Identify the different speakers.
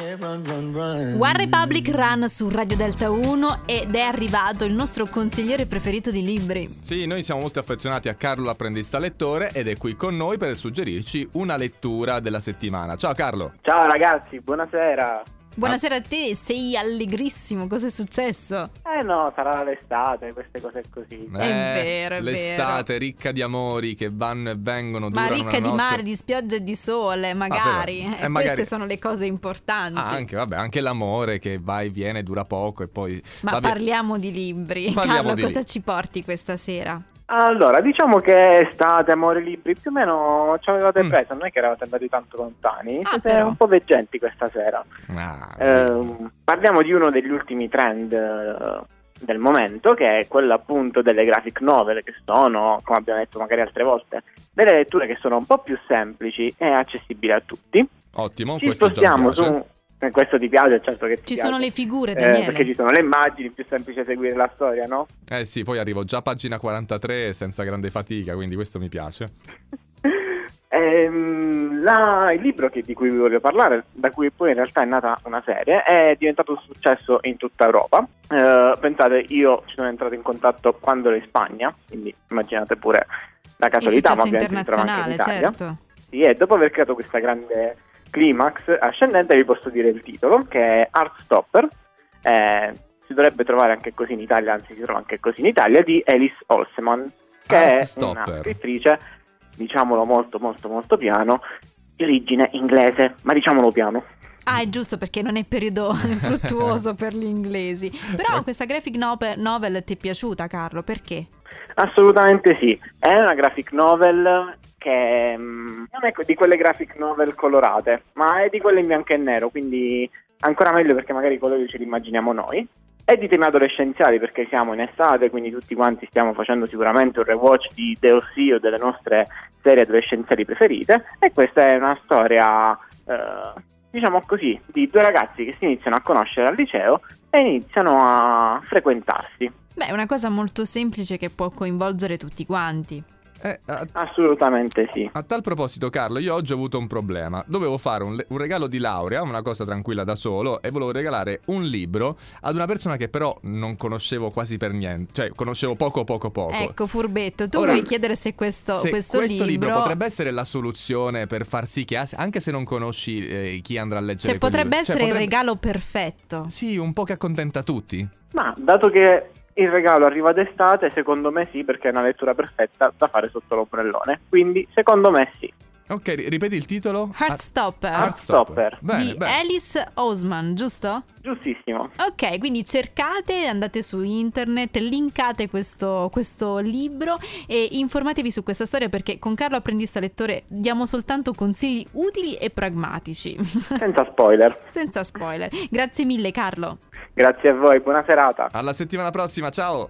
Speaker 1: One Republic Run su Radio Delta 1 ed è arrivato il nostro consigliere preferito di libri.
Speaker 2: Sì, noi siamo molto affezionati a Carlo Apprendista Lettore ed è qui con noi per suggerirci una lettura della settimana. Ciao Carlo!
Speaker 3: Ciao ragazzi, buonasera.
Speaker 1: Buonasera a te, sei allegrissimo, cosa è successo?
Speaker 3: Eh no, sarà l'estate, queste cose così.
Speaker 1: È vero, è vero.
Speaker 2: Eh, L'estate ricca di amori che vanno e vengono
Speaker 1: Ma
Speaker 2: durano
Speaker 1: ricca
Speaker 2: una
Speaker 1: di
Speaker 2: notte.
Speaker 1: mare, di spiagge e di sole, magari.
Speaker 2: però, eh,
Speaker 1: E
Speaker 2: magari.
Speaker 1: Queste sono le cose importanti.
Speaker 2: Ah, anche, vabbè, anche l'amore che va e viene, dura poco e poi...
Speaker 1: Ma
Speaker 2: va via.
Speaker 1: parliamo di libri.
Speaker 2: Parliamo
Speaker 1: Carlo,
Speaker 2: di
Speaker 1: cosa
Speaker 2: libri.
Speaker 1: ci porti questa sera?
Speaker 3: Allora, diciamo che estate, amore libri, più o meno ci avevate
Speaker 2: Mm.
Speaker 3: preso, non è che eravate andati tanto lontani,
Speaker 1: Ah,
Speaker 3: siete
Speaker 1: però.
Speaker 3: un po' veggenti questa sera.
Speaker 2: Ah,
Speaker 3: Ehm, parliamo di uno degli ultimi trend eh, del momento, che è quello appunto delle graphic novel, che sono, come abbiamo detto magari altre volte, delle letture che sono un po' più semplici e accessibili a tutti.
Speaker 2: ottimo,
Speaker 3: Ci
Speaker 2: Oh, questo già mi
Speaker 3: spostiamo
Speaker 2: piace.
Speaker 3: su... eh, Questo ti piace, certo che ti
Speaker 1: Ci
Speaker 3: piace.
Speaker 1: sono le figure,
Speaker 3: Eh,
Speaker 1: Daniele.
Speaker 3: perché ci sono le immagini, più semplice seguire la storia, no?
Speaker 2: Eh sì, poi arrivo già a pagina 43 senza grande fatica, quindi questo mi piace.
Speaker 3: Ehm, la- il libro che- di cui vi voglio parlare, da cui poi in realtà è nata una serie, è diventato un successo in tutta Europa. Eh, pensate, io ci sono entrato in contatto quando ero in Spagna, quindi immaginate pure la
Speaker 1: È
Speaker 3: casualità, ma
Speaker 1: successo
Speaker 3: ovviamente si trova anche in
Speaker 1: internazionale,
Speaker 3: Italia.
Speaker 1: certo.
Speaker 3: Sì, e dopo aver creato questa grande climax ascendente vi posso dire il titolo, che è Heartstopper, eh, si dovrebbe trovare anche così in Italia, anzi si trova anche così in Italia, di Alice Olseman, che è una
Speaker 2: Heartstopper.
Speaker 3: scrittrice, diciamolo molto molto molto piano, di origine inglese, ma diciamolo piano.
Speaker 1: Ah, è giusto perché non è periodo fruttuoso per gli inglesi.
Speaker 2: Eh.
Speaker 1: Però questa graphic nope- novel ti è piaciuta, Carlo? Perché?
Speaker 3: Assolutamente sì, è una graphic novel che mm, non è di quelle graphic novel colorate, ma è di quelle in bianco e nero, quindi ancora meglio perché magari i colori ce li immaginiamo noi. È di temi adolescenziali perché siamo in estate, quindi tutti quanti stiamo facendo sicuramente un rewatch di The O.C. o delle nostre serie adolescenziali preferite e questa è una storia, eh, diciamo così, di due ragazzi che si iniziano a conoscere al liceo e iniziano a frequentarsi.
Speaker 1: Beh, è una cosa molto semplice che può coinvolgere tutti quanti.
Speaker 2: Eh, a,
Speaker 3: Assolutamente sì.
Speaker 2: a tal proposito, Carlo, io oggi ho avuto un problema. Dovevo fare un, le- un regalo di laurea, una cosa tranquilla da solo, e volevo regalare un libro ad una persona che però non conoscevo quasi per niente, cioè conoscevo poco poco poco.
Speaker 1: Ecco, furbetto, tu
Speaker 2: Ora,
Speaker 1: vuoi chiedere se questo,
Speaker 2: Se
Speaker 1: questo libro...
Speaker 2: potrebbe essere la soluzione per far sì che, as- anche se non conosci eh, chi andrà a leggere
Speaker 1: Cioè,
Speaker 2: quel
Speaker 1: potrebbe
Speaker 2: libro, cioè,
Speaker 1: essere il
Speaker 2: potrebbe-
Speaker 1: regalo perfetto.
Speaker 2: Sì, un po' che accontenta tutti.
Speaker 3: Ma dato che il regalo arriva d'estate, secondo me sì, perché è una lettura perfetta da fare sotto l'ombrellone. Quindi, secondo me sì.
Speaker 2: Ok, ri- ripeti il titolo?
Speaker 1: Heartstopper
Speaker 3: Heartstopper.
Speaker 2: Ah, Bene,
Speaker 1: di
Speaker 2: bene.
Speaker 1: Alice Osman, giusto?
Speaker 3: Giustissimo.
Speaker 1: Ok, quindi cercate, andate su internet, linkate questo, questo libro e informatevi su questa storia perché con Carlo Apprendista Lettore diamo soltanto consigli utili e pragmatici,
Speaker 3: Senza spoiler.
Speaker 1: senza spoiler. Grazie mille Carlo.
Speaker 3: Grazie a voi, buona serata.
Speaker 2: Alla settimana prossima, ciao!